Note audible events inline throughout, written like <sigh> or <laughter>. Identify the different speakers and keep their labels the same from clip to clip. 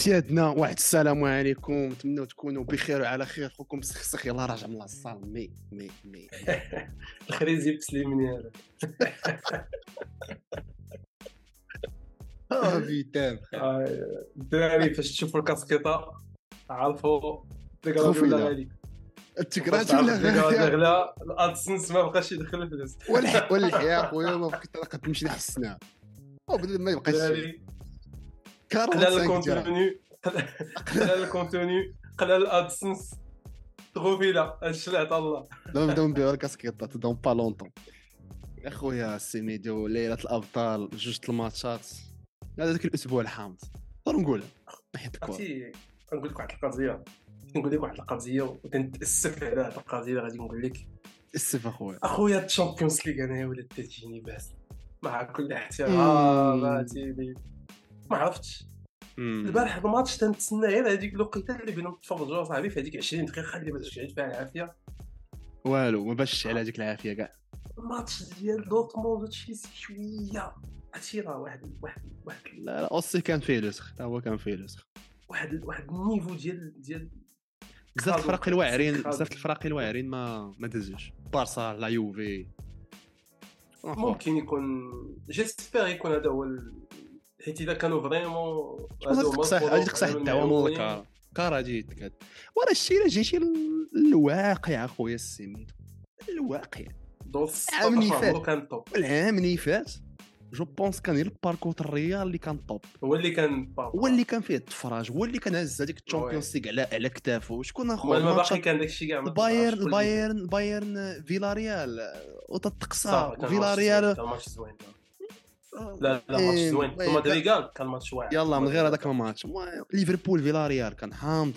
Speaker 1: سيادنا واحد السلام عليكم نتمنى تكونوا بخير وعلى خير خوكم سخسخ يلا راجع من الصال مي مي مي
Speaker 2: الخريزي بسليمني هذا
Speaker 1: اه بيتان
Speaker 2: آه، الدراري فاش تشوفوا الكاسكيطه عرفوا دقا
Speaker 1: خوفي
Speaker 2: ولا
Speaker 1: لا.
Speaker 2: غالي
Speaker 1: التكرات ولا غير
Speaker 2: غلا الادسنس ما بقاش يدخل الفلوس
Speaker 1: والح- والحياة خويا ما بقيت طريقة تمشي نحسنها او بدا ما يبقاش
Speaker 2: الدراري قلال
Speaker 1: 45 درهم.
Speaker 2: الكونتوني قلال الكونتوني قلال الادسنس تغوفيلا هادشي اللي عطا الله
Speaker 1: دابا نبداو نديرو الكاسكيطة تدون با لونطون اخويا السي ميديو ليلة الابطال جوج الماتشات هذا ذاك الاسبوع الحامض نقدر نقولها نحيد الكورة
Speaker 2: عرفتي نقول لك واحد القضيه نقول لك واحد القضيه وكنتاسف على هاد القضيه اللي غادي نقول لك
Speaker 1: اسف اخويا
Speaker 2: اخويا الشامبيونز ليغ انا ولا تجيني باس مع كل
Speaker 1: مم.
Speaker 2: احترام عرفتي. ما عرفتش
Speaker 1: مم.
Speaker 2: البارح الماتش تنتسنى غير هذيك الوقيته اللي بنا نتفرجوا صاحبي في هذيك 20 دقيقه اللي ما تشجعت فيها العافيه
Speaker 1: والو ما باش على هذيك العافية كاع
Speaker 2: الماتش ديال دورتموند وتشيلسي شويه عرفتي راه واحد واحد واحد
Speaker 1: لا لا اوسي كان فيه لسخ حتى هو كان فيه لسخ
Speaker 2: واحد واحد النيفو ديال ديال
Speaker 1: بزاف
Speaker 2: خاضوا.
Speaker 1: الفرق الواعرين
Speaker 2: خاضوا.
Speaker 1: بزاف الفرق الواعرين ما ما دازوش بارسا لا يوفي أه. ممكن
Speaker 2: ممكن يكون جيسبيغ يكون هذا هو ال- حيت اذا كانوا فريمون
Speaker 1: تقصح غادي تقصح الدعوه من الكار كار غادي يتكاد وراه الشيء الا جيتي لل- للواقع اخويا السميتو الواقع العام اللي فات.
Speaker 2: كان توب
Speaker 1: العام اللي فات جو بونس كان غير الباركور تاع الريال اللي كان طوب
Speaker 2: هو اللي كان بابا.
Speaker 1: هو اللي كان فيه التفراج هو اللي كان هز هذيك الشامبيونز ليغ على على كتافه شكون اخويا
Speaker 2: ما ما
Speaker 1: الماتش
Speaker 2: باقي كان داكشي كاع ما
Speaker 1: البايرن
Speaker 2: كنعرفش.
Speaker 1: البايرن البايرن فيلاريال
Speaker 2: صافي،
Speaker 1: وتتقصى
Speaker 2: كان ماتش
Speaker 1: فيلاريال
Speaker 2: زوين، كان ماتش زوين لا لا ماتش
Speaker 1: إيه،
Speaker 2: زوين
Speaker 1: وي-
Speaker 2: ثم دريغال كان ماتش واعر
Speaker 1: يلا من غير هذاك الماتش المهم، ليفربول فيلاريال كان حامض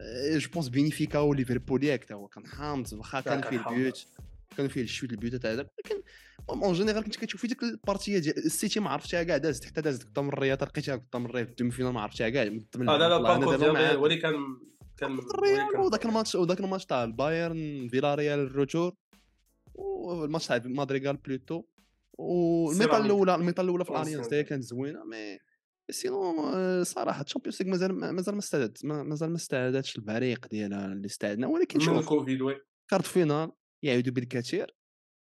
Speaker 1: إيه، جو بونس بينيفيكا وليفربول ياك تا هو كان حامض واخا كان
Speaker 2: كان
Speaker 1: فيه
Speaker 2: حامض.
Speaker 1: البيوت كان فيه الشوت البيوت هذاك ولكن المهم، اون جينيرال كنت كتشوف في ديك البارتيه ديال السيتي ما عرفتها كاع دازت حتى دازت قدام الرياض لقيتها قدام الرياض الدوم فينال ما عرفتها كاع قدام
Speaker 2: اه لا لا
Speaker 1: البلان. أنا
Speaker 2: باركور
Speaker 1: دابا
Speaker 2: ديال
Speaker 1: مع
Speaker 2: الريال، ولي كان كان
Speaker 1: الريال وذاك الماتش وذاك الماتش تاع البايرن فيلاريال الروتور والماتش تاع مادريغال بلوتو والميطه
Speaker 2: سيراميكا.
Speaker 1: الاولى الميطه الاولى في الاليانز
Speaker 2: سيراميكا.
Speaker 1: هي كانت زوينه مي سينو آه، صراحه تشامبيونز ليغ مازال ما- مازال ما استعدت ما- مازال ما استعدتش الفريق ديالها اللي استعدنا ولكن
Speaker 2: من
Speaker 1: شوف
Speaker 2: الكوفيد وي
Speaker 1: كارت فينال يعود بالكثير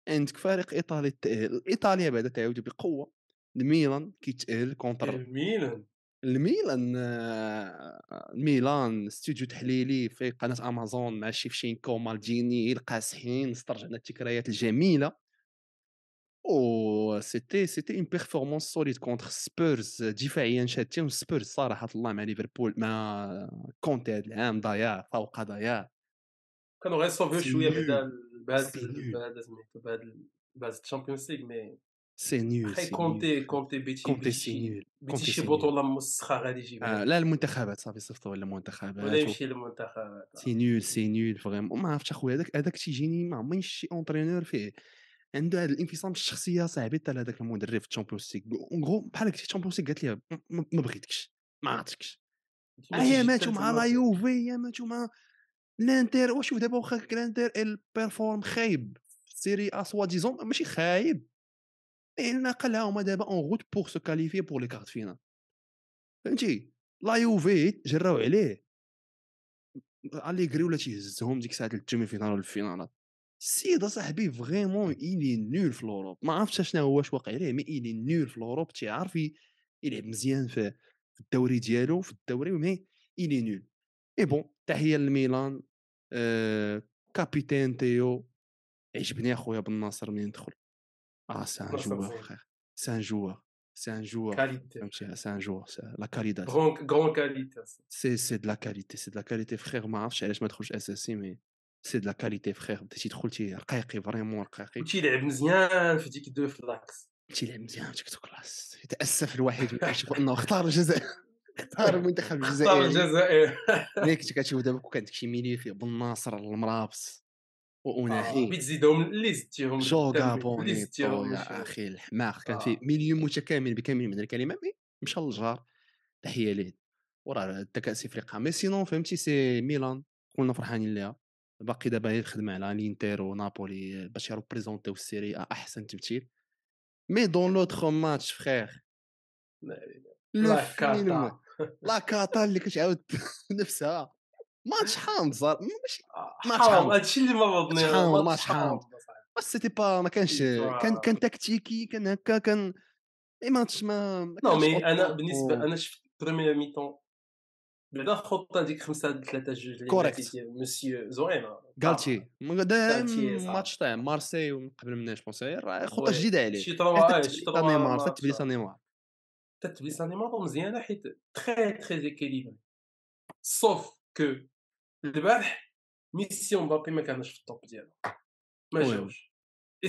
Speaker 1: عندك فريق ايطالي التاهل ايطاليا بعدا تعود بقوه الميلان كيتاهل كونتر
Speaker 2: ميلان
Speaker 1: الميلان آه، الميلان استوديو تحليلي في قناه امازون مع شيفشينكو مالديني القاسحين استرجعنا الذكريات الجميله او سيتي سيتي اون بيرفورمانس سوليد كونتر سبيرز دفاعيا شادين سبيرز صراحه الله مع ليفربول مع كونتي هذا العام ضياع فوق ضياع
Speaker 2: كانوا غير صوفيو
Speaker 1: سي
Speaker 2: شويه
Speaker 1: نول.
Speaker 2: بهذا بهذا
Speaker 1: سي نول.
Speaker 2: بهذا سميتو بهذا بهذا الشامبيونز ليغ مي
Speaker 1: سي نيول
Speaker 2: خاي
Speaker 1: سي
Speaker 2: كونتي
Speaker 1: نيول.
Speaker 2: كونتي بيتي
Speaker 1: كونتي
Speaker 2: بيتي-
Speaker 1: سي نيول
Speaker 2: بيتي
Speaker 1: كونتي
Speaker 2: شي
Speaker 1: سي
Speaker 2: بطوله مسخه غادي يجيبها
Speaker 1: آه، لا المنتخبات صافي صيفطوا
Speaker 2: ولا
Speaker 1: المنتخبات
Speaker 2: يمشي للمنتخب
Speaker 1: سي نول سي نول فريمون ما عرفتش اخويا هذاك هذاك تيجيني ما عمرني شي اونترينور فيه عنده هذا الانفصام الشخصيه صاحبي تاع هذاك المدرب في الشامبيونز ليغ اون غرو بحال هكا الشامبيونز ليغ قالت لي م- م- ما بغيتكش ما عرفتكش آه، يا ماتوا مع لا يوفي يا ماتوا مع الانتر وشوف دابا واخا الانتر البيرفورم خايب في سيري ا سوا ديزون ماشي خايب مي على الاقل ها هما دابا اون غوت بور سو كاليفي بور لي كارت فينال فهمتي لا يوفي جراو عليه اليغري ولا تيهزهم ديك الساعه الثمن فينال ولا الفينالات السيد صاحبي فريمون الي نول في الاوروب ما عرفتش شنو هو واش واقع عليه مي الي نول في الاوروب تيعرف ي- يلعب مزيان في في الدوري ديالو في الدوري مي الي نول اي بون تحيه للميلان آه كابيتان تيو عجبني اخويا بن ناصر منين دخل اه سان
Speaker 2: ناصر
Speaker 1: جوار
Speaker 2: زين.
Speaker 1: خير سان جوار سان جوار
Speaker 2: كاليتي
Speaker 1: فهمتي سان جوار سان- لا كاليداد
Speaker 2: غون كاليتي
Speaker 1: سي سي دو لا كاليتي سي دو لا كاليتي فخير ما عرفتش علاش ما دخلش اساسي مي سي دو لا كاليتي فخير بدا تيدخل تي رقيقي فريمون رقيقي
Speaker 2: وتيلعب مزيان في ديك دو فلاكس
Speaker 1: تيلعب مزيان في تيك توك كلاس يتاسف الواحد ملي كيشوف انه اختار الجزائر اختار المنتخب
Speaker 2: اختار
Speaker 1: الجزائري
Speaker 2: الجزائر <laughs>
Speaker 1: ملي كنت كتشوف دابا كون كان داكشي ميلي فيه بن ناصر المرابس
Speaker 2: بيت Ah, آه،
Speaker 1: واوناهي
Speaker 2: زيدهم اللي زدتيهم
Speaker 1: جوكا
Speaker 2: قدامي، اللي
Speaker 1: بونيتو
Speaker 2: زدتيهم
Speaker 1: يا
Speaker 2: ماشي-
Speaker 1: اخي الحماق كان
Speaker 2: آه.
Speaker 1: فيه ميليو متكامل بكامل من الكلمه مي مشى للجار تحيه ليه وراه حتى كاس افريقيا مي سينون فهمتي سي ميلان كلنا فرحانين ليها باقي دابا هي الخدمه على لينتر ونابولي باش يروبريزونتيو السيري آ احسن تمثيل مي دون لوتخ ماتش فخير
Speaker 2: لا كارتا
Speaker 1: لا كاتا اللي كتعاود <laughs> نفسها
Speaker 2: <laughs>
Speaker 1: ماتش حامض صار ماشي ماتش
Speaker 2: حرام
Speaker 1: حامض.
Speaker 2: هادشي اللي ما بغضني
Speaker 1: ماتش حامض، ماتش حامض. بس سيتي با ما كانش كان كان تكتيكي كان هكا كان اي ماتش ما ما
Speaker 2: نو
Speaker 1: كانش
Speaker 2: مي انا
Speaker 1: أوطون.
Speaker 2: بالنسبه انا شفت بريمير ميتون بعدا الخطه ديك 5 3 جوج اللي
Speaker 1: Correct.
Speaker 2: ماتت ديال مسيو زوينه
Speaker 1: غالتي ما- دايم
Speaker 2: غالتيي آه. صح.
Speaker 1: آه، ماتش تاع مارسي ومن قبل مناش بونسي راه خطه
Speaker 2: وي.
Speaker 1: جديده عليه
Speaker 2: شي 3 شي
Speaker 1: تاع
Speaker 2: 3
Speaker 1: نيمار حتى تبليس نيمار
Speaker 2: تتبليس انيماتور مزيانه حيت تخي تخي اكيليبري سوف كو البارح ميسي ومبابي ما كانوش في الطوب ديالو ما
Speaker 1: وي.
Speaker 2: جاوش إي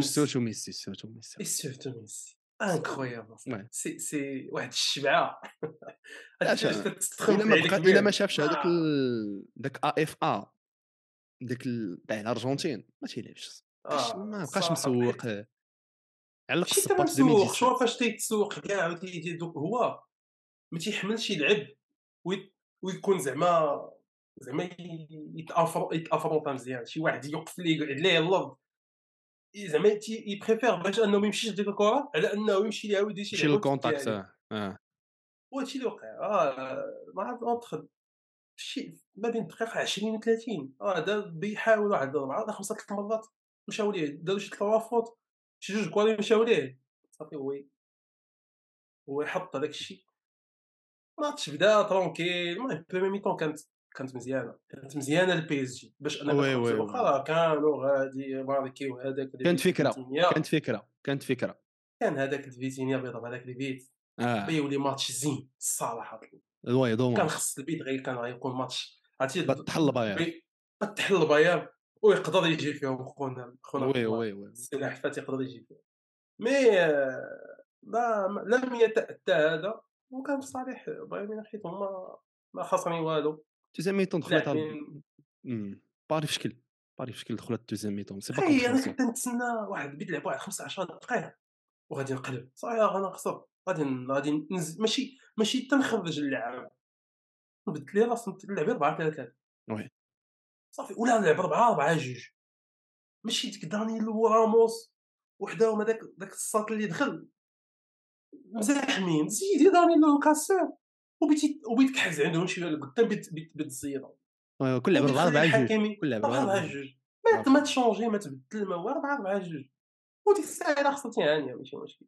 Speaker 1: سورتو
Speaker 2: ميسي.
Speaker 1: سورتو ميسي سورتو ميسي
Speaker 2: إي سيرتو ميسي انكرويابل
Speaker 1: وي.
Speaker 2: سي سي واحد <laughs> الشبعه
Speaker 1: لا،
Speaker 2: هادشي
Speaker 1: شا-
Speaker 2: تتسخن
Speaker 1: الا ما
Speaker 2: عليك
Speaker 1: بقى الا
Speaker 2: بيان.
Speaker 1: ما شافش هذاك
Speaker 2: آه.
Speaker 1: ال- داك ا اف ا داك ال- تاع الارجنتين ما تيلعبش باش
Speaker 2: آه،
Speaker 1: ما بقاش
Speaker 2: صراحة.
Speaker 1: مسوق آه، علق
Speaker 2: ماشي حتى ما
Speaker 1: السباط
Speaker 2: مسوق
Speaker 1: 2017
Speaker 2: شوف فاش تيتسوق كاع عاوتاني يدير دوك هو ما تيحملش يلعب وي- ويكون زعما زعما يتافرون يتافرون مزيان شي واحد يوقف ليه يقعد ليه اللض زعما يبريفير باش انه ما يمشيش ديك الكره على انه يمشي ليها ويدير شي
Speaker 1: شي
Speaker 2: لعبة
Speaker 1: الكونتاكت
Speaker 2: وتتلعب.
Speaker 1: آه، اه
Speaker 2: وهادشي اللي وقع اه ما عرفت اونتخ شي ما بين الدقيقه 20 و 30 اه دار بيحاول واحد اربعه ولا خمسه ثلاث مرات مشاو ليه داروا شي ثلاثه فوت شي جوج كواري مشاو ليه صافي هو هو يحط هذاك الشيء الماتش بدا ترونكيل المهم بريمي ميتون كانت كانت مزيانه كانت مزيانه البي اس جي باش انا
Speaker 1: وي-
Speaker 2: بالخمسة
Speaker 1: وي- وي.
Speaker 2: الأخرى كانوا غادي ماركي وهذاك
Speaker 1: كانت فكرة.
Speaker 2: آه.
Speaker 1: كانت فكره كانت فكره
Speaker 2: كان هذاك الفيتينيا بيضرب هذاك البيت
Speaker 1: اه
Speaker 2: يولي ماتش زين الصراحه
Speaker 1: الواي
Speaker 2: طيب. كان
Speaker 1: دوما
Speaker 2: خص البيت غير كان غيكون ماتش عرفتي
Speaker 1: بتحل بايا
Speaker 2: بي- بتحل البيان ويقدر يجي فيهم خونا خونا
Speaker 1: وي وي وي
Speaker 2: السلاح فات يقدر يجي فيهم مي آه، ما ما- لم يتأتى هذا وكان في صالح بايرن ميونخ حيت هما ما خسرين والو
Speaker 1: دوزيام ميتون دخلت على-
Speaker 2: لاعبين
Speaker 1: مم. باري في شكل باري في شكل دخلت دوزيام ميتون سي با
Speaker 2: خي انا
Speaker 1: كومبريهنسيبل
Speaker 2: كنت نتسنى واحد البيت لعبوا على 15 دقيقه وغادي نقلب صحيح انا خسر غادي ن- غادي نز... ماشي ماشي تنخرج اللعب بدت لي راس نت- نلعب 4 3 3
Speaker 1: وي.
Speaker 2: صافي ولا نلعب 4 4 2 ماشي ديك دانيلو راموس وحداهم هذاك داك الساط اللي دخل مزاحمين زيدي دانيلو مكسر وبيتي وبيت كحز عندهم شويه لقدام بيت بيت بتزيدو
Speaker 1: آه، كل
Speaker 2: إيه،
Speaker 1: لعبه 4 4 جوج
Speaker 2: الحكمي
Speaker 1: كل لعبه
Speaker 2: 4
Speaker 1: 4
Speaker 2: 4
Speaker 1: جوج آه.
Speaker 2: 2 ما ما تشونجي ما تبدل ما هو 4 4 2 وديك الساعه الا خصها تيعاني ماشي مشكل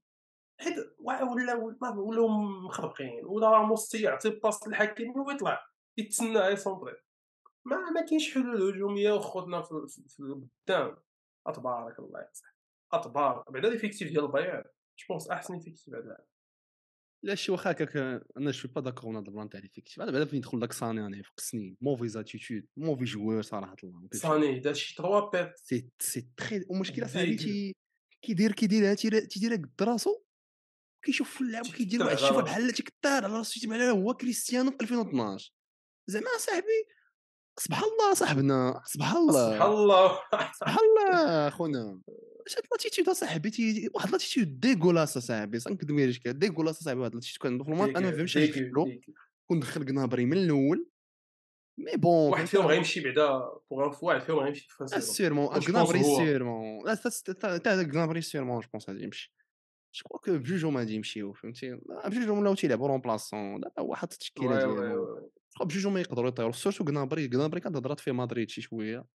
Speaker 2: حيت وا- ولا ولا- ولاو مخربقين ولا راموس تيعطي باس للحكيمي ويطلع يتسنى غير سونطري ما ما كاينش حلول هجوميه وخوتنا في في- في القدام اتبارك الله يصح اتبارك بعدا ليفيكتيف ديال البيان جوبونس احسن افيكتيف هذا العام.
Speaker 1: لا شي واخا هكاك انا شوي با داكور هنا البلان تاع ليفيكتيف انا بعدا فين يدخل داك صاني انا يفقسني موفي زاتيتود موفي جوار صراحه الله ما كنتش-
Speaker 2: ساني دار شي 3 بيت
Speaker 1: سي سي تخي ومشكله
Speaker 2: ديدي.
Speaker 1: صاحبي تي كيدير كيديرها تير- تيديرها قد راسو كيشوف في اللعب وكيدير واحد
Speaker 2: تيكتر على
Speaker 1: الشوفه
Speaker 2: راسو.
Speaker 1: بحال تيكتار على راسو تيتبع عليها هو كريستيانو في 2012 زعما صاحبي سبحان الله صاحبنا سبحان الله
Speaker 2: سبحان الله
Speaker 1: بحال خونا اش هاد لاتيتيود اصاحبي تي واحد لاتيتيود ديغولاس اصاحبي صنكدو ميريش كده ديغولاس اصاحبي واحد لاتيتيود كان ندخل الماتش انا ما فهمتش علاش
Speaker 2: ديك-
Speaker 1: دخلو
Speaker 2: ديك.
Speaker 1: كون دخل قنابري من الاول مي بون
Speaker 2: واحد فيهم غيمشي بعدا بوغ انفو واحد فيهم غيمشي في
Speaker 1: Ah,
Speaker 2: فرنسا
Speaker 1: سيرمون
Speaker 2: جو
Speaker 1: قنابري
Speaker 2: بونس هو.
Speaker 1: سيرمون لا تا- تا- تا تا هذاك قنابري سيرمون جو بونس غادي يمشي جو كوا كو بجوجهم غادي يمشيو فهمتي لا، بجوجهم ولاو تيلعبوا رومبلاسون لا هو حاط التشكيله
Speaker 2: وي- وي-
Speaker 1: ديالو
Speaker 2: وي.
Speaker 1: جو بجوجهم ما يقدروا يطيروا سيرتو قنابري قنابري كانت هضرات فيه مدريد شي شويه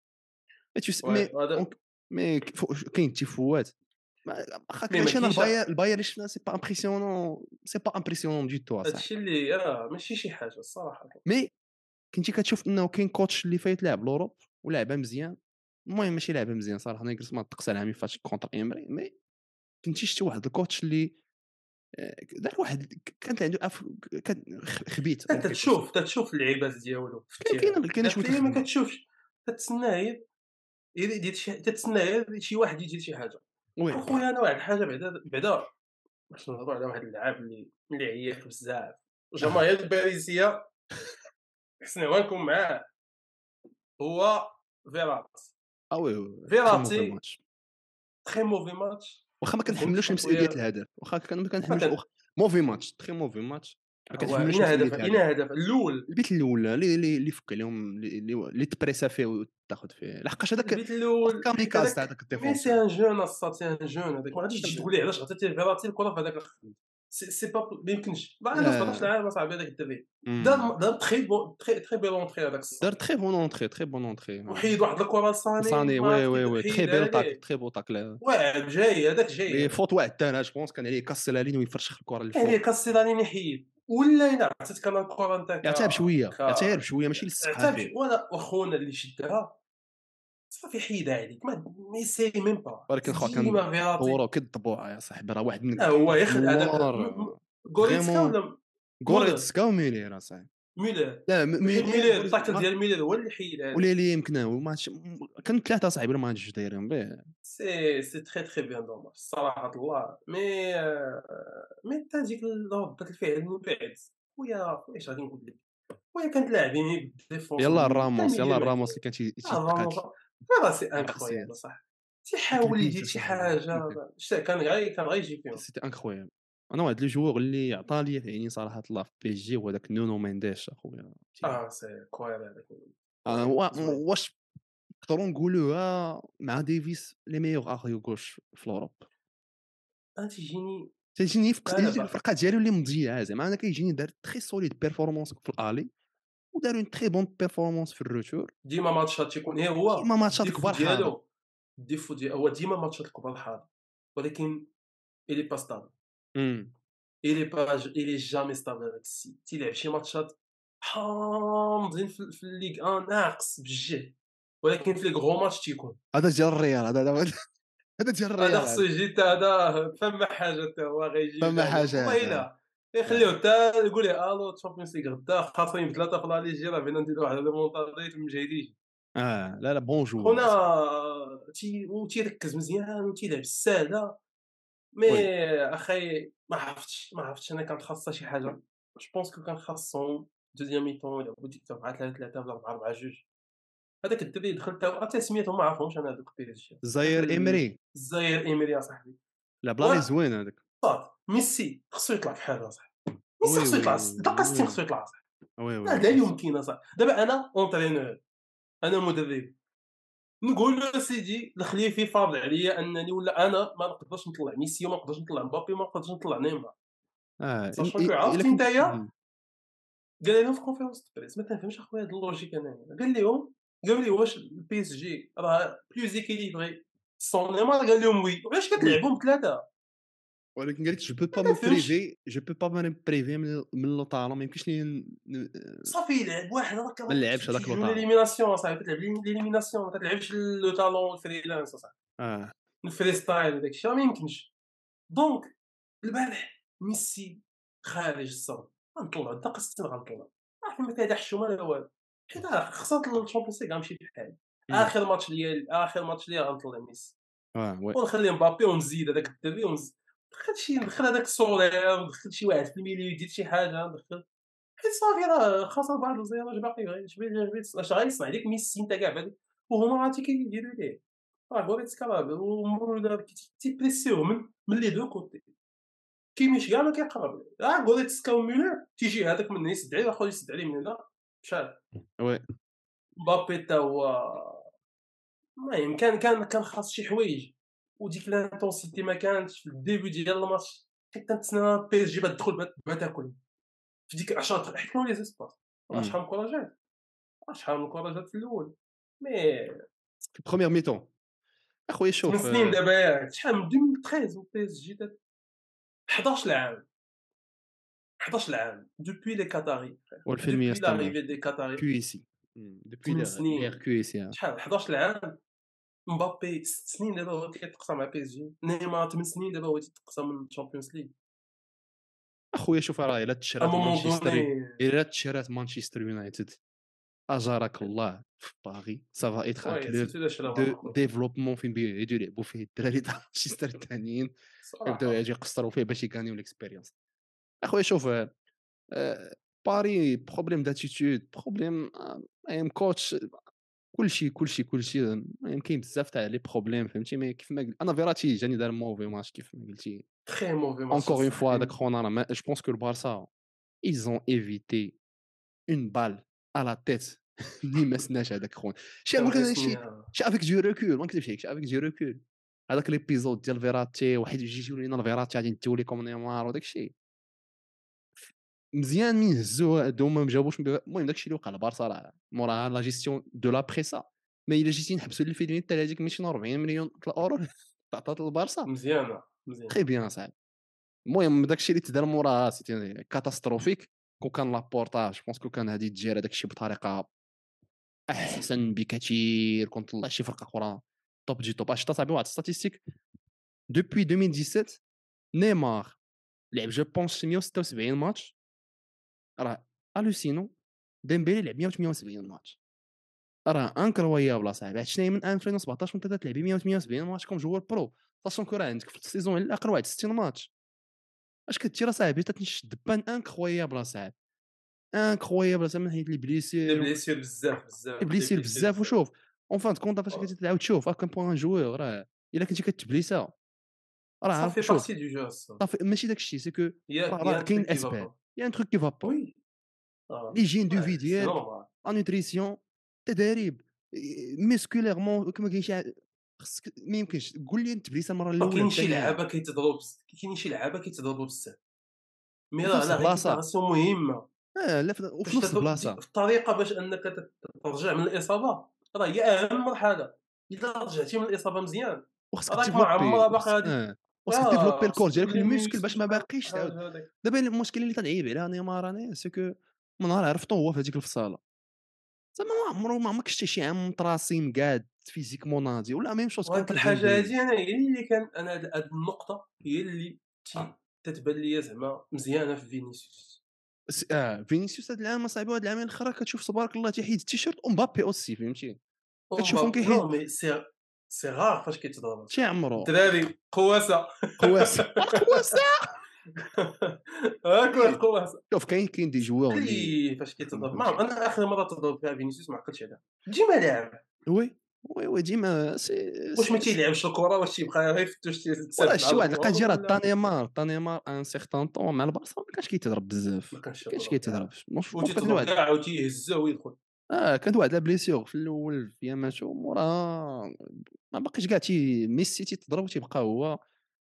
Speaker 1: مي تيس-
Speaker 2: وي،
Speaker 1: مي
Speaker 2: هذا-
Speaker 1: أونك- مي ك- فو- ش- كاين تيفوات ما- واخا
Speaker 2: مي ما
Speaker 1: كلشي انا
Speaker 2: كاينش-
Speaker 1: الباير الباير اللي شفنا سي با امبرسيونون سي با امبرسيونون دي تو
Speaker 2: هادشي اللي اه ماشي شي حاجه الصراحه
Speaker 1: مي كنتي كتشوف انه كاين كوتش اللي فايت لعب لوروب ولعبها مزيان المهم ماشي لعبها مزيان صراحه انا جلست ما نطقس عليها مي فاش كونتر امري مي كنتي شتي واحد الكوتش اللي آه، دار واحد ك- كانت عنده أف... كان خ- خبيت
Speaker 2: انت تشوف تتشوف اللعيبات ديالو في
Speaker 1: كاين
Speaker 2: التيران.
Speaker 1: كاين كاين شويه
Speaker 2: هتلاقيه ما
Speaker 1: الخبيت.
Speaker 2: كتشوفش تتسنى غير إلا يدير شي تتسنى غير شي واحد يجي شي حاجه
Speaker 1: وي
Speaker 2: اخويا انا واحد الحاجه بعدا بعدا باش نهضروا على واحد اللعاب اللي اللي عياك بزاف الجماهير الباريسيه حسن عوانكم معاه هو فيرات
Speaker 1: اه وي وي.
Speaker 2: فيراتي.
Speaker 1: خمو في الماتش.
Speaker 2: تخي موفي ماتش
Speaker 1: واخا ما كنحملوش
Speaker 2: خويا.
Speaker 1: مسؤوليه الهدف واخا كان ما كنحملوش
Speaker 2: كان-
Speaker 1: واخا- موفي ماتش تخي موفي ماتش ما
Speaker 2: هو
Speaker 1: كنحملوش
Speaker 2: هنا هدف
Speaker 1: مسؤوليه الهدف
Speaker 2: هنا هدف الاول
Speaker 1: البيت الاول اللي اللي اللي فك عليهم اللي- اللي اللي تبريسا فيه وتاخذ فيه لحقاش هذاك
Speaker 2: البيت الاول
Speaker 1: كاميكاز تاع هذاك
Speaker 2: مي
Speaker 1: الديفونس
Speaker 2: سي ان جون الصا سي ان جون هذاك ما غاديش تجي تقول لي علاش عطيتي فيراتي الكره في هذاك الخ- سي سي با ما يمكنش راه عنده
Speaker 1: لا.
Speaker 2: 17 عام اصاحبي هذاك الدري
Speaker 1: آه. مم.
Speaker 2: دار دار تري بون تري تري بيل اونتري هذاك الصاط.
Speaker 1: دار تخي بون اونتري تخي بون اونتري
Speaker 2: وحيد واحد الكره لصاني
Speaker 1: صاني
Speaker 2: ما
Speaker 1: وي
Speaker 2: عرفت
Speaker 1: وي وي
Speaker 2: كيف
Speaker 1: تخي
Speaker 2: حيدها
Speaker 1: بيل
Speaker 2: ليه.
Speaker 1: تاكل تخي بو تاكل
Speaker 2: واعر جاي هذاك جاي
Speaker 1: لي فوت واحد دارها جو بونس كان عليه يكسر لا لين ويفرشخ الكره
Speaker 2: يعني
Speaker 1: للفوق
Speaker 2: كاسيلاني يحيد ولا الا عطيتك انا الكره نتاعك
Speaker 1: يعتاب شويه
Speaker 2: كا-
Speaker 1: يعتاب شويه ماشي للسقها
Speaker 2: اعتاب
Speaker 1: فيه
Speaker 2: ولا اخونا اللي شدها صافي حيدها عليك ما ما يسالي ميم با
Speaker 1: ولكن خا كان
Speaker 2: ديما فيراتي.
Speaker 1: دورو كالضبوع يا صاحبي راه واحد من
Speaker 2: لا، هو يخلع هذاك غوريتسكا
Speaker 1: فريمون.
Speaker 2: ولا
Speaker 1: غوريتسكا وميلير راه صاحبي
Speaker 2: ميلر
Speaker 1: لا م- م-
Speaker 2: ميلر التاكل
Speaker 1: ما-
Speaker 2: ديال ميلر هو اللي حيد هذا.
Speaker 1: ولا لي يمكن هو الماتش كان ثلاثه صاحبي الماتش دايرين به
Speaker 2: سي سي تري تري بيان دوماج صراحة الله مي آه، مي تا ديك الهبط الفعل من بعد خويا خويا اش غادي نقول لك خويا كانت لاعبيني بالديفونس
Speaker 1: يلا
Speaker 2: من-
Speaker 1: راموس
Speaker 2: تا
Speaker 1: يلا
Speaker 2: ميلي
Speaker 1: راموس
Speaker 2: ميلي.
Speaker 1: اللي كان تي-
Speaker 2: آه، راموس
Speaker 1: تيتقاتل
Speaker 2: راه سي
Speaker 1: خاصية.
Speaker 2: انكرويبل صح <laughs> تيحاول يجيب شي حاجة شتا كان غير كان غير <laughs> يجيب فيهم
Speaker 1: سيتي انكرويبل انا واحد لو جوور اللي عطى لي يعني صراحه الله في بي اس جي هو داك نونو مينديش اخويا
Speaker 2: اه سي كوير هذاك
Speaker 1: أنا وا- واش نقدروا نقولوها مع ديفيس لي ميور اغيو غوش في الاوروب
Speaker 2: انا تيجيني
Speaker 1: تيجيني في
Speaker 2: أنا بقى-
Speaker 1: الفرقه ديالو اللي مضيعه زعما انا كيجيني دار تري سوليد بيرفورمانس في الالي وداروا اون تري بون بيرفورمانس في الروتور
Speaker 2: ديما ماتشات تيكون هي هو
Speaker 1: ما ماتشات
Speaker 2: الديفو
Speaker 1: كبار حاضر
Speaker 2: ديالو الديفو ديالو هو ديما ماتشات كبار حاضر ولكن إلي با ستابل
Speaker 1: أمم.
Speaker 2: الي با الي جامي ستابل هذاك السيد تيلعب شي ماتشات حامضين في, في الليغ 1 ناقص بالجهد ولكن في لي غرو ماتش تيكون
Speaker 1: هذا ديال الريال هذا <laughs> هذا هذا ديال
Speaker 2: هذا
Speaker 1: الريال
Speaker 2: خصو يجي تا هذا فما حاجه تا هو غيجي
Speaker 1: طيب. فما
Speaker 2: تا-
Speaker 1: حاجة
Speaker 2: والله الا يخليوه تا يقول ليه الو تشامبيونز ليغ غدا خاصني بثلاثه في لا ليج راه بينا نديرو واحد لو مونطاج من جهدي
Speaker 1: اه لا لا بون جو
Speaker 2: خونا تي وتيركز مزيان وتيلعب الساهله
Speaker 1: وي.
Speaker 2: مي اخي ما عرفتش ما عرفتش انا كانت خاصه شي حاجه جو بونس كو كان خاصهم دوزيام ميتون يلعبوا ديك تاع 3 3 ولا 4 4 2 هذاك الدري دخل تا حتى سميتهم ما عرفهمش انا هذوك الدري
Speaker 1: زاير امري
Speaker 2: الجزائر ايميلي يا صاحبي
Speaker 1: لا بلا
Speaker 2: وا-
Speaker 1: لي زوين هذاك
Speaker 2: صافي ميسي خصو يطلع في حاله صاحبي
Speaker 1: وي
Speaker 2: ميسي خصو
Speaker 1: وي
Speaker 2: يطلع
Speaker 1: وي
Speaker 2: تلقى ستين
Speaker 1: وي.
Speaker 2: خصو يطلع صاحبي
Speaker 1: وي وي
Speaker 2: لا لا يمكن صاحبي دابا انا اونترينور انا مدرب نقول له سيدي الخليفي فاضل عليا انني ولا انا ما نقدرش نطلع ميسي وما نقدرش نطلع مبابي وما نقدرش نطلع نيمار
Speaker 1: اه
Speaker 2: صافي
Speaker 1: إن-
Speaker 2: شكون
Speaker 1: إن-
Speaker 2: كيعرف
Speaker 1: إلا
Speaker 2: فين
Speaker 1: كنت-
Speaker 2: تايا؟
Speaker 1: مم.
Speaker 2: قال لهم في كونفيرونس دو بريس ما تنفهمش اخويا هاد اللوجيك انايا قال لهم قال لي واش البي اس جي راه بلوز ايكيليبري سون نيمار قال لهم وي علاش كتلعبهم بثلاثه
Speaker 1: ولكن قال لك جو بو با
Speaker 2: ما
Speaker 1: مي
Speaker 2: فهمتش.
Speaker 1: بريفي جو بو با مي بريفي من من لوطارا ما يمكنش لي ن- ن-
Speaker 2: صافي يلعب واحد هذاك
Speaker 1: ما نلعبش هذاك لوطارا.
Speaker 2: ليميناسيون صاحبي كتلعب ليميناسيون ما تلعبش لو تالون الفريلانس صاحبي
Speaker 1: اه
Speaker 2: الفري ستايل وداك الشيء راه ما يمكنش دونك البارح ميسي خارج الصوت غنطلع الدقه 60 غنطلع عارف ما فيها حشومه لا والو حيت راه خسرت الشامبيونز ليغ غنمشي بحالي
Speaker 1: مم.
Speaker 2: اخر ماتش ديال اخر ماتش ليا غنطلع ميسي
Speaker 1: اه وي
Speaker 2: ونخلي مبابي ونزيد هذاك الدري ونزيد دخل شي ندخل هذاك السولير ندخل شي واحد في الميليو يدير شي حاجه ندخل حيت صافي راه خاصه بعض الزيارات اش باقي غير- اش باقي- اش غيصنع ليك ميسي انت كاع بعد وهما راه تي كيديروا ليه راه غوريتسكا راه ومرور دابا كي- تيبريسيوه من من لي دو كوتي كيميش كاع ما كيقرب ليه. راه غوريتسكا وميلر تيجي هذاك من هنا يسد عليه الاخر يسد عليه من هنا مشى
Speaker 1: وي
Speaker 2: مبابي تا هو المهم كان كان كان خاص شي حوايج وديك لانتونسيتي ما كانتش في الديبي ديال الماتش كنت كنتسنى بي اس جي تدخل بعد- بعد تاكل في ديك 10 دقائق حيت كانوا لي زيسباس راه
Speaker 1: مم.
Speaker 2: شحال من كره جات راه شحال من كره جات في الاول مي
Speaker 1: بروميير ميتون اخويا شوف
Speaker 2: من
Speaker 1: آه،
Speaker 2: سنين دابا ياك شحال من 2013 و بي اس جي 11 عام 11 عام دوبوي لي كاتاري
Speaker 1: والفيلم
Speaker 2: دوبوي
Speaker 1: يستمر
Speaker 2: لاريفي دي كاتاري
Speaker 1: كيو اي سي دوبوي
Speaker 2: ثمان سنين.
Speaker 1: غير كيو اي سي
Speaker 2: شحال 11 عام مبابي 6 سنين دابا هو كيتقصى مع بي اس جي نيمار 8 سنين دابا هو تيتقصى من الشامبيونز ليغ
Speaker 1: اخويا شوف راه الا
Speaker 2: ا
Speaker 1: تشرات
Speaker 2: مومون
Speaker 1: مانشستر
Speaker 2: دوني
Speaker 1: الا تشرات مانشستر يونايتد اجرك الله في باغي سافا اتخ
Speaker 2: وي،
Speaker 1: ان
Speaker 2: سيرتو إلا شرا
Speaker 1: دو
Speaker 2: واحد.
Speaker 1: ديفلوبمون فين بيعيدوا يلعبوا فيه الدراري تاع مانشستر الثانيين
Speaker 2: صراحة.
Speaker 1: يبداو يجي يقصروا فيه باش يغانيو الاكسبيريونس اخويا شوف آه، آه، باري بروبليم داتيتود بروبليم ام كوتش كلشي كلشي كلشي المهم كاين آه، بزاف تاع لي بروبليم فهمتي مي كيف ما قل- انا فيراتي جاني دار موفي ماتش كيف ما قلتي
Speaker 2: تخي موفي ماتش
Speaker 1: encore une fois,
Speaker 2: صراحة.
Speaker 1: avec Ronald, je pense que le Barça, ils ont évité une balle à la tête. <laughs> ni Mesnach avec Ron. شي
Speaker 2: كان
Speaker 1: عمرك هذا
Speaker 2: غيسني،
Speaker 1: الشيء
Speaker 2: آه.
Speaker 1: شي افيك دو ريكول ما نكذبش عليك شي افيك دو ريكول هذاك ليبيزود ديال فيراتي واحد يجي يجيو لينا الفيراتي غادي نتولي كوم نيمار وداك الشيء مزيان من هزوه هادو ما جاوبوش المهم داكشي اللي وقع لبارسا راه موراها لا جيستيون دو لا بريسا ما الا جيتي نحبسوا الفيلمين حتى هذيك 240 مليون د الاورو <laughs> تعطات لبارسا
Speaker 2: مزيانه مزيانه
Speaker 1: تخي بيان اصاحبي المهم داكشي اللي تدار موراها سيتي كاتاستروفيك كون كان لابورتا جو بونس كون كان هادي تجير هذاك الشيء بطريقه احسن بكثير كون طلع شي فرقه اخرى توب جي توب اش صاحبي واحد ستاتيستيك دوبوي 2017 نيمار لعب جو بونس 176 ماتش راه الوسينو ديمبيلي لعب 178 ماتش راه انكرويابل اصاحبي هادشي نايم من 2017 وانت تلعبي 178 ماتش كوم جوار برو ساشون كو راه عندك في السيزون على الاقل واحد 60 ماتش اش كدير اصاحبي تتنش دبان انكرويابل اصاحبي انكرويابل اصاحبي من حيث لي بليسير
Speaker 2: بليسير بزاف بزاف
Speaker 1: بليسير بزاف وشوف اون فان كونت فاش كنتي تلعب تشوف أه اكون بوان جوور راه الا كنتي كتبليسا راه
Speaker 2: راه
Speaker 1: عارف
Speaker 2: في
Speaker 1: شوف
Speaker 2: بارتي دو جو الصاد.
Speaker 1: صافي ماشي داك الشيء سي كو
Speaker 2: يا-
Speaker 1: راه-
Speaker 2: يا
Speaker 1: راه كاين
Speaker 2: الفيلم كيبقى.
Speaker 1: اسباب. يا ان تروك كي فا با
Speaker 2: وي آه.
Speaker 1: ليجين دو
Speaker 2: آه،
Speaker 1: في
Speaker 2: سي
Speaker 1: ديالك
Speaker 2: نورمال.
Speaker 1: لا نوتريسيون التدريب ميسكوليرمون ما كاينش ع- خصك ما يمكنش قول لي انت بليسا المره الاولى
Speaker 2: كاين شي
Speaker 1: الثانية.
Speaker 2: لعابه كيتضربوا بز- كاين شي لعابه كيتضربوا بزاف مي
Speaker 1: وفي
Speaker 2: راه
Speaker 1: نفس
Speaker 2: لا
Speaker 1: البلاصة.
Speaker 2: ريكوبيراسيون مهمه
Speaker 1: اه لا في- وفي
Speaker 2: باش
Speaker 1: نفس
Speaker 2: تضرب-
Speaker 1: البلاصه
Speaker 2: ديك الطريقه باش انك تت- ترجع من الاصابه راه هي اهم مرحله الا رجعتي من الاصابه مزيان
Speaker 1: وخصك
Speaker 2: هذاك ما عمرها
Speaker 1: ديفلوبي
Speaker 2: باقي غادي-
Speaker 1: آه، وخصك
Speaker 2: آه،
Speaker 1: ديفلوبي الكور
Speaker 2: خصك
Speaker 1: ديالك
Speaker 2: تولي
Speaker 1: الميسكل باش ما
Speaker 2: ميسكل.
Speaker 1: باقيش تعاود
Speaker 2: هذا- هذاك.
Speaker 1: دابا المشكل اللي تنعيب عليها نيمار انا سكو من نهار عرفتو هو في هذيك الفصاله زعما ما عمرو ما عمرك شتي شي عام متراسم قاد فيزيكمون ناضي ولا ميم شوز
Speaker 2: وهاد الحاجه هادي انا هي اللي كان انا هاد هاد النقطه هي اللي تي-
Speaker 1: آه.
Speaker 2: تتبان ليا زعما مزيانه في فينيسيوس
Speaker 1: س- اه فينيسيوس هاد العام اصاحبي هاد العام الاخر راه كتشوف تبارك الله تيحيد التيشيرت ومبابي اوسي فهمتي كتشوفهم
Speaker 2: أوه،
Speaker 1: كيحيد-
Speaker 2: نو، مي سي سي غار فاش كيتضرب
Speaker 1: <laughs> شي عمرو
Speaker 2: الدراري قواسه <laughs>
Speaker 1: <laughs> قواس قواس
Speaker 2: هاك واحد قواسه
Speaker 1: شوف كاين كاين دي
Speaker 2: <laughs>
Speaker 1: جوار اللي
Speaker 2: إيه، فاش كيتضرب ما عرف- انا اخر مره تضرب فيها فينيسيوس ما عقلتش عليها ديما لاعب
Speaker 1: وي وي وي ديما سي
Speaker 2: واش
Speaker 1: سي-
Speaker 2: ما تيلعبش الكره واش تيبقى غير يفتش
Speaker 1: والله شتي واحد لقى جيرا
Speaker 2: الثاني
Speaker 1: تانيمار تانيمار ان سيغتان طون مع البارسا ما كانش كيتضرب بزاف
Speaker 2: ما
Speaker 1: ما
Speaker 2: كانش
Speaker 1: كانش كيتضرب
Speaker 2: يتضرب.
Speaker 1: مش كان
Speaker 2: وتيتضرب
Speaker 1: واحد
Speaker 2: كاع وتيهزه ويدخل
Speaker 1: اه كانت واحد لا بليسيغ في الاول في ياماتو موراها ما باقيش كاع تي ميسي تيتضرب وتيبقى هو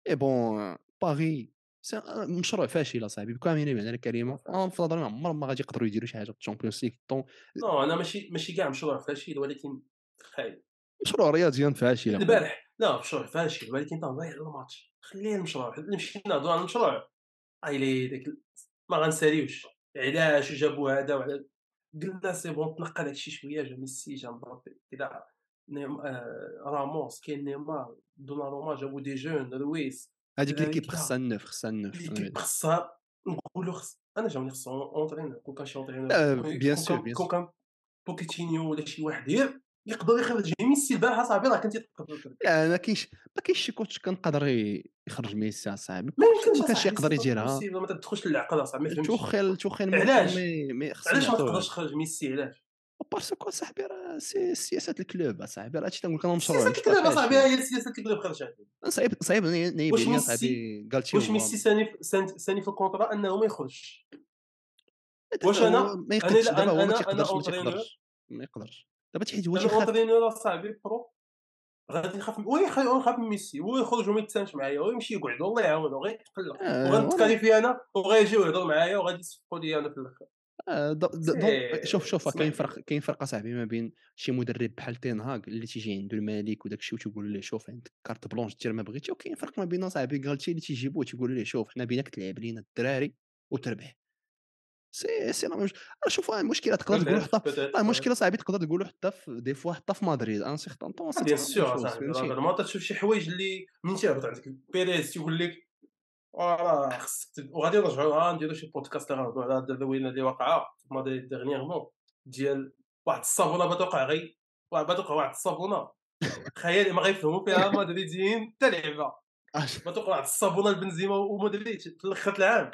Speaker 1: اي بون باغي سي آه، مشروع فاشل اصاحبي بكامل معنى الكلمه انا آه، في نظري ما عمرهم ما غادي يقدروا يديروا شي حاجه في الشامبيونز ليغ طون
Speaker 2: نو انا ماشي ماشي كاع مشروع فاشل ولكن خايب
Speaker 1: مشروع رياضي
Speaker 2: إيه،
Speaker 1: فاشل أخويا.
Speaker 2: البارح لا مشروع فاشل ولكن تنضيع الماتش خليه المشروع نمشي نهضروا على المشروع ايلي ديك ال- ما غنساليوش علاش جابوا هذا وعلى قلنا سي بون تلقى داك الشيء شويه جا ميسي جا مبابي كذا نيم... آه... راموس كاين نيمار دوناروما جابوا دي جون لويس
Speaker 1: هذيك
Speaker 2: هذيك
Speaker 1: ليكيب
Speaker 2: لا.
Speaker 1: خصها النف خصها النف
Speaker 2: ليكيب خصها نقولوا خص انا جاوني خصو اونترينر كون كان شي
Speaker 1: آه،
Speaker 2: اونترينر
Speaker 1: بيان
Speaker 2: كون
Speaker 1: سور،
Speaker 2: كان-
Speaker 1: بيان
Speaker 2: كون كان بوكيتينيو ولا شي واحد غير يقدر يخرج ميسي البارح اصاحبي راه كنت تقدر
Speaker 1: لا ما كاينش ما كاينش شي كوتش كنقدر ي- يخرج ميسي اصاحبي
Speaker 2: ما
Speaker 1: كوتش
Speaker 2: يمكنش
Speaker 1: ما كانش
Speaker 2: أصاحبي،
Speaker 1: يقدر
Speaker 2: سي با
Speaker 1: يديرها
Speaker 2: بوسيبل، ما تدخلش للعقل اصاحبي ما فهمتش
Speaker 1: توخيل توخيل ما-
Speaker 2: علاش؟
Speaker 1: ما- ما خصنا
Speaker 2: علاش ما
Speaker 1: نعطوه.
Speaker 2: تقدرش تخرج ميسي علاش
Speaker 1: بارسكو كو صاحبي راه سي سياسه الكلوب اصاحبي راه هادشي تنقول لك انا مشروع
Speaker 2: سياسه
Speaker 1: مشروع
Speaker 2: الكلاب اصاحبي
Speaker 1: فاشل.
Speaker 2: هي سياسه الكلاب خرجت
Speaker 1: صعيب صعيب ني- نيب
Speaker 2: واش
Speaker 1: عليا
Speaker 2: ميسي-
Speaker 1: صاحبي قالتي
Speaker 2: واش ميسي ثاني في- ثاني- ثاني في الكونترا انه ما يخرجش واش أنا-
Speaker 1: ما يقدرش
Speaker 2: أنا-
Speaker 1: دابا هو
Speaker 2: أنا-
Speaker 1: ما
Speaker 2: أنا
Speaker 1: تيقدرش ما
Speaker 2: أونترينور.
Speaker 1: تيقدرش ما يقدرش دابا تحيد هو
Speaker 2: انا
Speaker 1: تيخاف
Speaker 2: اونترينور اصاحبي برو غادي نخاف وي خا- نخاف من ميسي هو يخرج وما يتسامش معايا هو يمشي يقعد والله يعاونو غير يتقلق
Speaker 1: آه،
Speaker 2: وغنتكاري فيه انا وغيجيو يهضروا معايا وغادي يصفقوا لي انا في الاخر
Speaker 1: آه، د- د- دونك
Speaker 2: سي-
Speaker 1: شوف شوف
Speaker 2: آه، اسمعني.
Speaker 1: كاين فرق كاين فرق صاحبي ما بين شي مدرب بحال تين هاغ اللي تيجي عنده الملك وداك الشيء وتيقول له شوف عندك كارت بلونش دير ما بغيتي وكاين فرق ما بين صاحبي غالتي اللي تيجيبوه تيقول له شوف حنا بينك تلعب لينا الدراري وتربح سي سي لا ميم جو- راه شوف راه المشكله تقدر تقول
Speaker 2: بدأت- <laughs>
Speaker 1: حتى
Speaker 2: بدأت-
Speaker 1: راه المشكله صاحبي تقدر تقولوا حتى في دي فوا حتى في مدريد ان سيغتان طون
Speaker 2: آه، بيان سور صاحبي
Speaker 1: <laughs>
Speaker 2: راه ما تشوف شي حوايج اللي من تيهبط عندك بيريز تيقول لك آه، راه خصك تد- وغادي نرجعوا آه، نديروا شي بودكاست اللي غنهضروا على هاد الدوينه اللي واقعه في مدريد ديغنيغمون ديال واحد الصابونه بتوقع غي واحد- بتوقع واحد الصابونه خيالي ما غيفهموا فيها مدريديين حتى لعبه بتوقع واحد الصابونه لبنزيما ومدريد في الاخر العام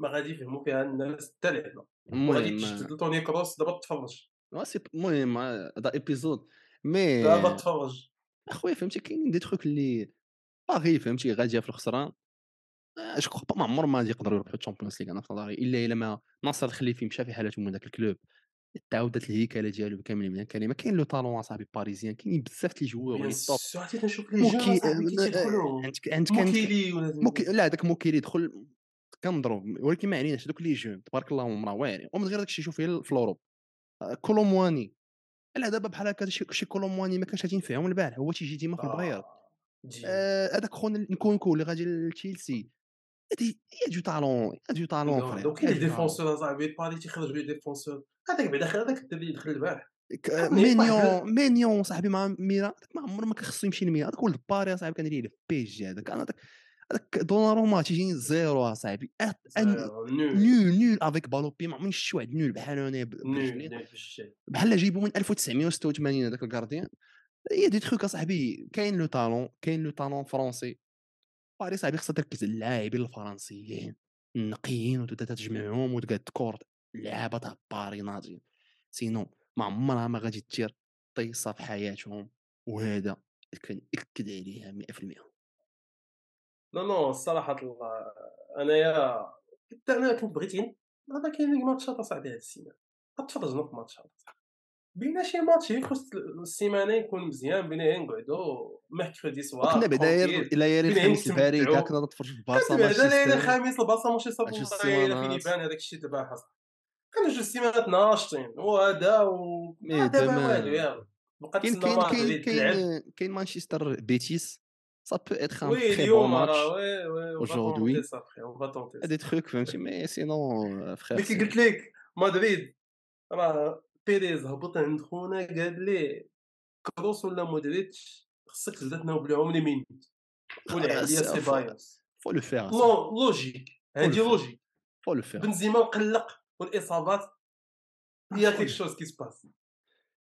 Speaker 2: ما غادي يفهموا فيها الناس حتى لعبه وغادي
Speaker 1: المهم
Speaker 2: تشتت لتوني كروس دابا تفرج
Speaker 1: آه، سي- المهم آه، هذا ايبيزود مي
Speaker 2: دابا تفرج
Speaker 1: اخويا فهمتي كاينين دي تخوك اللي باغي فهمتي غاديه في الخسران آه، اش كخو با ما عمر ما غادي يقدروا يربحوا الشامبيونز ليغ انا في نظري الا الا ما ناصر الخليفي مشى في حالته من ذاك الكلوب تعاودت الهيكله ديالو بكامل من الكلمه كاين لو طالون صاحبي باريزيان كاينين بزاف تلي جوار
Speaker 2: بيان
Speaker 1: اللي طوب
Speaker 2: سور، عرفتي كنشوف لي جون
Speaker 1: موكي
Speaker 2: صاحبي كيتيدخلوا
Speaker 1: عندك عندك عندك
Speaker 2: موكيلي ولا
Speaker 1: موكي لا داك موكي اللي دخل كنضرب ولكن ما عليناش دوك لي جون تبارك الله هما واعرين ومن غير داكشي شوف في الاوروب آه، كولومواني لا دابا بحال هكا شي شي كولومواني ما كانش غادي نفهم البارح هو تيجي ديما في البرير
Speaker 2: آه. جي.
Speaker 1: آه، هذاك خونا نكونكو اللي غادي لتشيلسي هادي هي دو طالون هي دو طالون
Speaker 2: دونك-
Speaker 1: فرير،
Speaker 2: دونك
Speaker 1: هي
Speaker 2: كاين
Speaker 1: دو طالون.
Speaker 2: ديفونسور اصاحبي باري تيخرج بيه ديفونسور هذاك بعدا خير هذاك الدري اللي دخل البارح
Speaker 1: ك- آه،
Speaker 2: مي- واحد-
Speaker 1: مينيون مينيون صاحبي مع ميرا هذاك ما عمره ما كان خصو يمشي لميرا هذاك ولد باري صاحبي كان ليه بي جي هذاك انا هذاك هذاك دوناروما تيجيني زيرو صاحبي
Speaker 2: زيرو، نول
Speaker 1: نول نول افيك بالوبي ما عمرني شفت واحد نول بحال انا ب-
Speaker 2: نول
Speaker 1: برجلي.
Speaker 2: نول بالشي.
Speaker 1: بحال جايبو من 1986 هذاك الكارديان هي دي تخوك اصاحبي كاين لو طالون كاين لو طالون فرونسي باريس صاحبي خصها تركز على اللاعبين الفرنسيين النقيين وتبدا تجمعهم وتقعد تكور لعابه تاع باري ناضيين سينو ما عمرها ما غادي دير طيصه في حياتهم وهذا كنأكد عليها 100%
Speaker 2: نو نو صراحة الله انايا حتى انا كنت بغيت غير- هذا كاين لي ماتشات اصاحبي هاد السيمانة غتفرجنا في ماتشات بينا شي ماتش يجي في وسط السيمانة يكون مزيان بينا غير نقعدو ميركودي سوار
Speaker 1: كنا بعدا
Speaker 2: ترونكيل.
Speaker 1: ليالي
Speaker 2: بين
Speaker 1: الخميس
Speaker 2: نستمتعوا.
Speaker 1: البارده كنا نتفرجوا في بارسا
Speaker 2: كنت بعدا ليلة
Speaker 1: مانشستر
Speaker 2: الخميس البارسا ماشي صابون
Speaker 1: ماتش
Speaker 2: الصغيرة فين
Speaker 1: الصوانات.
Speaker 2: يبان هذاك الشيء دابا حصل كنجوج السيمانات ناشطين وهذا و
Speaker 1: مي
Speaker 2: آه، دابا
Speaker 1: إيه، تمام.
Speaker 2: والو يلا بقى
Speaker 1: كاين
Speaker 2: تسنى
Speaker 1: كاين
Speaker 2: مدريد
Speaker 1: كاين
Speaker 2: تلعب
Speaker 1: كاين كاين مانشستر بيتيس سا بو اتخ ان
Speaker 2: وي
Speaker 1: تري بون
Speaker 2: اليوم
Speaker 1: ماتش
Speaker 2: راه وي وي
Speaker 1: Aujourd'hui.
Speaker 2: اونجوردي صافي اون با تونتي
Speaker 1: دي تخوك فهمتي مي سينو فخير
Speaker 2: ملي قلت لك مدريد راه بيريز هبط عند خونا قال لي كروس ولا مودريتش خصك تبدا تناوب لهم لي مينيت ولعب ليا سيبايوس
Speaker 1: فو لو فيغ
Speaker 2: لو لوجيك هادي
Speaker 1: Full.
Speaker 2: لوجيك
Speaker 1: فو لو فيغ
Speaker 2: بنزيما مقلق والاصابات هي كيك شوز كي سباس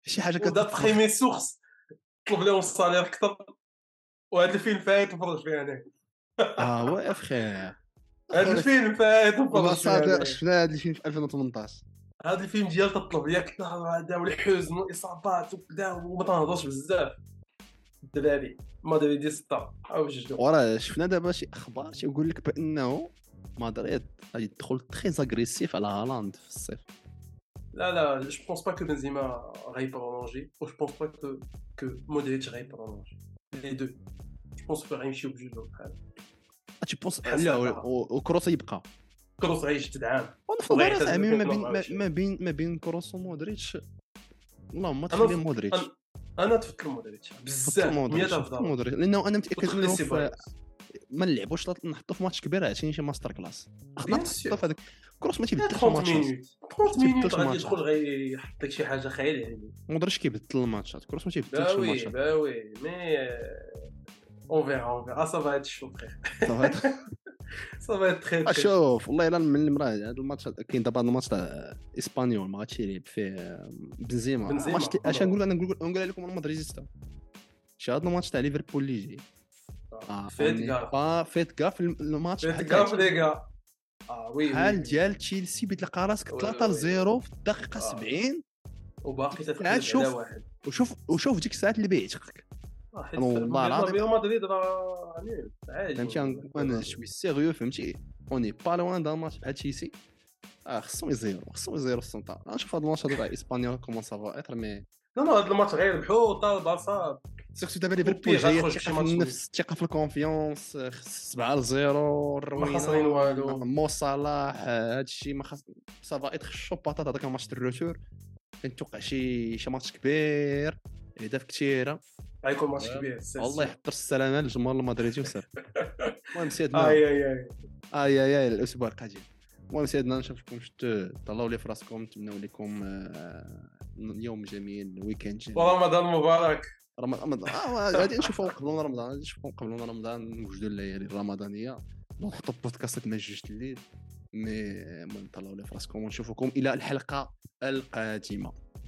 Speaker 1: شي حاجه
Speaker 2: ودابخي
Speaker 1: كتخيم
Speaker 2: مي سورس طلب لهم الصالير اكثر وهذا الفيلم فايت نفرج فيه يعني. انا
Speaker 1: اه وي فخير
Speaker 2: هذا الفيلم فايت نفرج فيه
Speaker 1: صافي
Speaker 2: أنا.
Speaker 1: شفنا هذا الفيلم في 2018
Speaker 2: هذا الفيلم ديال تطلب ياك النهار وهذا والحزن والاصابات وكذا وما تنهضرش بزاف الدراري ما دري دي ستا او جوج
Speaker 1: وراه شفنا دابا شي اخبار تيقول لك بانه مدريد غادي تدخل تري اغريسيف على هالاند في الصيف
Speaker 2: لا لا جو بونس با كو بنزيما غيبرولونجي و جو بونس با كو كو مودريتش غيبرولونجي لي دو جو بونس كو غيمشيو بجوج بحال
Speaker 1: آه، تي بونس
Speaker 2: حسن
Speaker 1: لا
Speaker 2: طبعاً.
Speaker 1: و- وكروس يبقى
Speaker 2: كروس غيجدد عام
Speaker 1: ونفرض
Speaker 2: الله
Speaker 1: راه
Speaker 2: يعتز
Speaker 1: زعما ما بين
Speaker 2: بالفيلم الله
Speaker 1: ما-
Speaker 2: يعافيك.
Speaker 1: ما بين ما بين كروس ومودريتش اللهم
Speaker 2: أنا
Speaker 1: تخلي
Speaker 2: ف-
Speaker 1: مودريتش
Speaker 2: أنا- انا تفكر مودريتش
Speaker 1: فكر
Speaker 2: بزاف
Speaker 1: مودريتش
Speaker 2: 100
Speaker 1: فكر
Speaker 2: دولار
Speaker 1: مودريتش لانه انا متاكد
Speaker 2: وتخلي
Speaker 1: انه في-
Speaker 2: سيبايوس
Speaker 1: ما نلعبوش لا- نحطو في ماتش كبير عشان شي ماستر كلاس خطنا
Speaker 2: Bien
Speaker 1: نحطو
Speaker 2: sûr.
Speaker 1: في هذاك كروس ما تيبدلش
Speaker 2: 30
Speaker 1: الماتشات
Speaker 2: مينوت 30 مينوت
Speaker 1: تبدلش
Speaker 2: غادي
Speaker 1: الماتش.
Speaker 2: يدخل غيحط لك شي حاجه خايله عليك
Speaker 1: مودريتش كيبدل الماتشات كروس ما تيبدلش
Speaker 2: Bah oui,
Speaker 1: الماتشات
Speaker 2: bah oui, mais euh, on verra, on verra. Ça va être chaud, frère.
Speaker 1: صافي.
Speaker 2: <laughs>
Speaker 1: هاد-
Speaker 2: Ça va être très, très chaud.
Speaker 1: <laughs> شوف والله الا من المراه هذا الماتش كاين دابا هذا الماتش تاع اسبانيول ما غاديش يلعب فيه بنزيما
Speaker 2: بنزيما،
Speaker 1: ماتش
Speaker 2: طبعاً.
Speaker 1: اش نقول انا نقول نقولها لكم انا مدريديستا شي هذا الماتش تاع ليفربول اللي جاي آه،
Speaker 2: Faites
Speaker 1: on est
Speaker 2: gaffe,
Speaker 1: pas- فيت كاف الماتش
Speaker 2: faites
Speaker 1: بحال
Speaker 2: gaffe,
Speaker 1: تاع-
Speaker 2: les gars. Ah oui,
Speaker 1: بحال
Speaker 2: oui.
Speaker 1: ديال تشيلسي بتلقى راسك
Speaker 2: وي-
Speaker 1: 3
Speaker 2: وي.
Speaker 1: 0 في الدقيقه
Speaker 2: آه.
Speaker 1: 70
Speaker 2: وباقي تتخلف
Speaker 1: عاد شوف.
Speaker 2: على واحد.
Speaker 1: وشوف وشوف ديك الساعات اللي بعتك
Speaker 2: آه، حيت
Speaker 1: أنا والله
Speaker 2: ريال
Speaker 1: العظيم.
Speaker 2: مدريد راه نيل، عادي.
Speaker 1: فهمتي أنا- انا شوي سيريو فهمتي اوني با لوان دان ماتش بحال تشيلسي اه خصهم يزيرو خصهم يزيرو في السنطه غنشوف هاد الماتش هذا تاع اسبانيا كومون سافا ايتر مي
Speaker 2: لا لا هاد الماتش غير ربحو طار البارسا
Speaker 1: سيرتو دابا ليفربول
Speaker 2: وبيه
Speaker 1: جايه
Speaker 2: غنخرج شي
Speaker 1: الثقه
Speaker 2: ماتش
Speaker 1: في النفس الثقه في الكونفيونس 7 0
Speaker 2: ما خاسرين والو
Speaker 1: مو صلاح آه، هادشي ما خاص سافا ايتر شو باطاط هذاك الماتش ديال الروتور كنتوقع شي شي ماتش كبير اهداف كثيره
Speaker 2: غيكون ماتش كبير
Speaker 1: الله يحضر السلامه للجمهور المدريدي وسير المهم سيدنا آه،
Speaker 2: اي اي اي
Speaker 1: اي اي اي الاسبوع القادم المهم سيدنا نشوفكم شتو طلعوا لي في راسكم نتمنوا لكم آه، يوم جميل ويكند جميل
Speaker 2: ورمضان مبارك
Speaker 1: رمضان رمضان آه، غادي نشوفوا قبل رمضان غادي نشوفوا قبل رمضان نوجدوا الليالي الرمضانيه نحطوا البودكاست ما جوج الليل مي المهم طلعوا لي في راسكم ونشوفكم الى الحلقه القادمه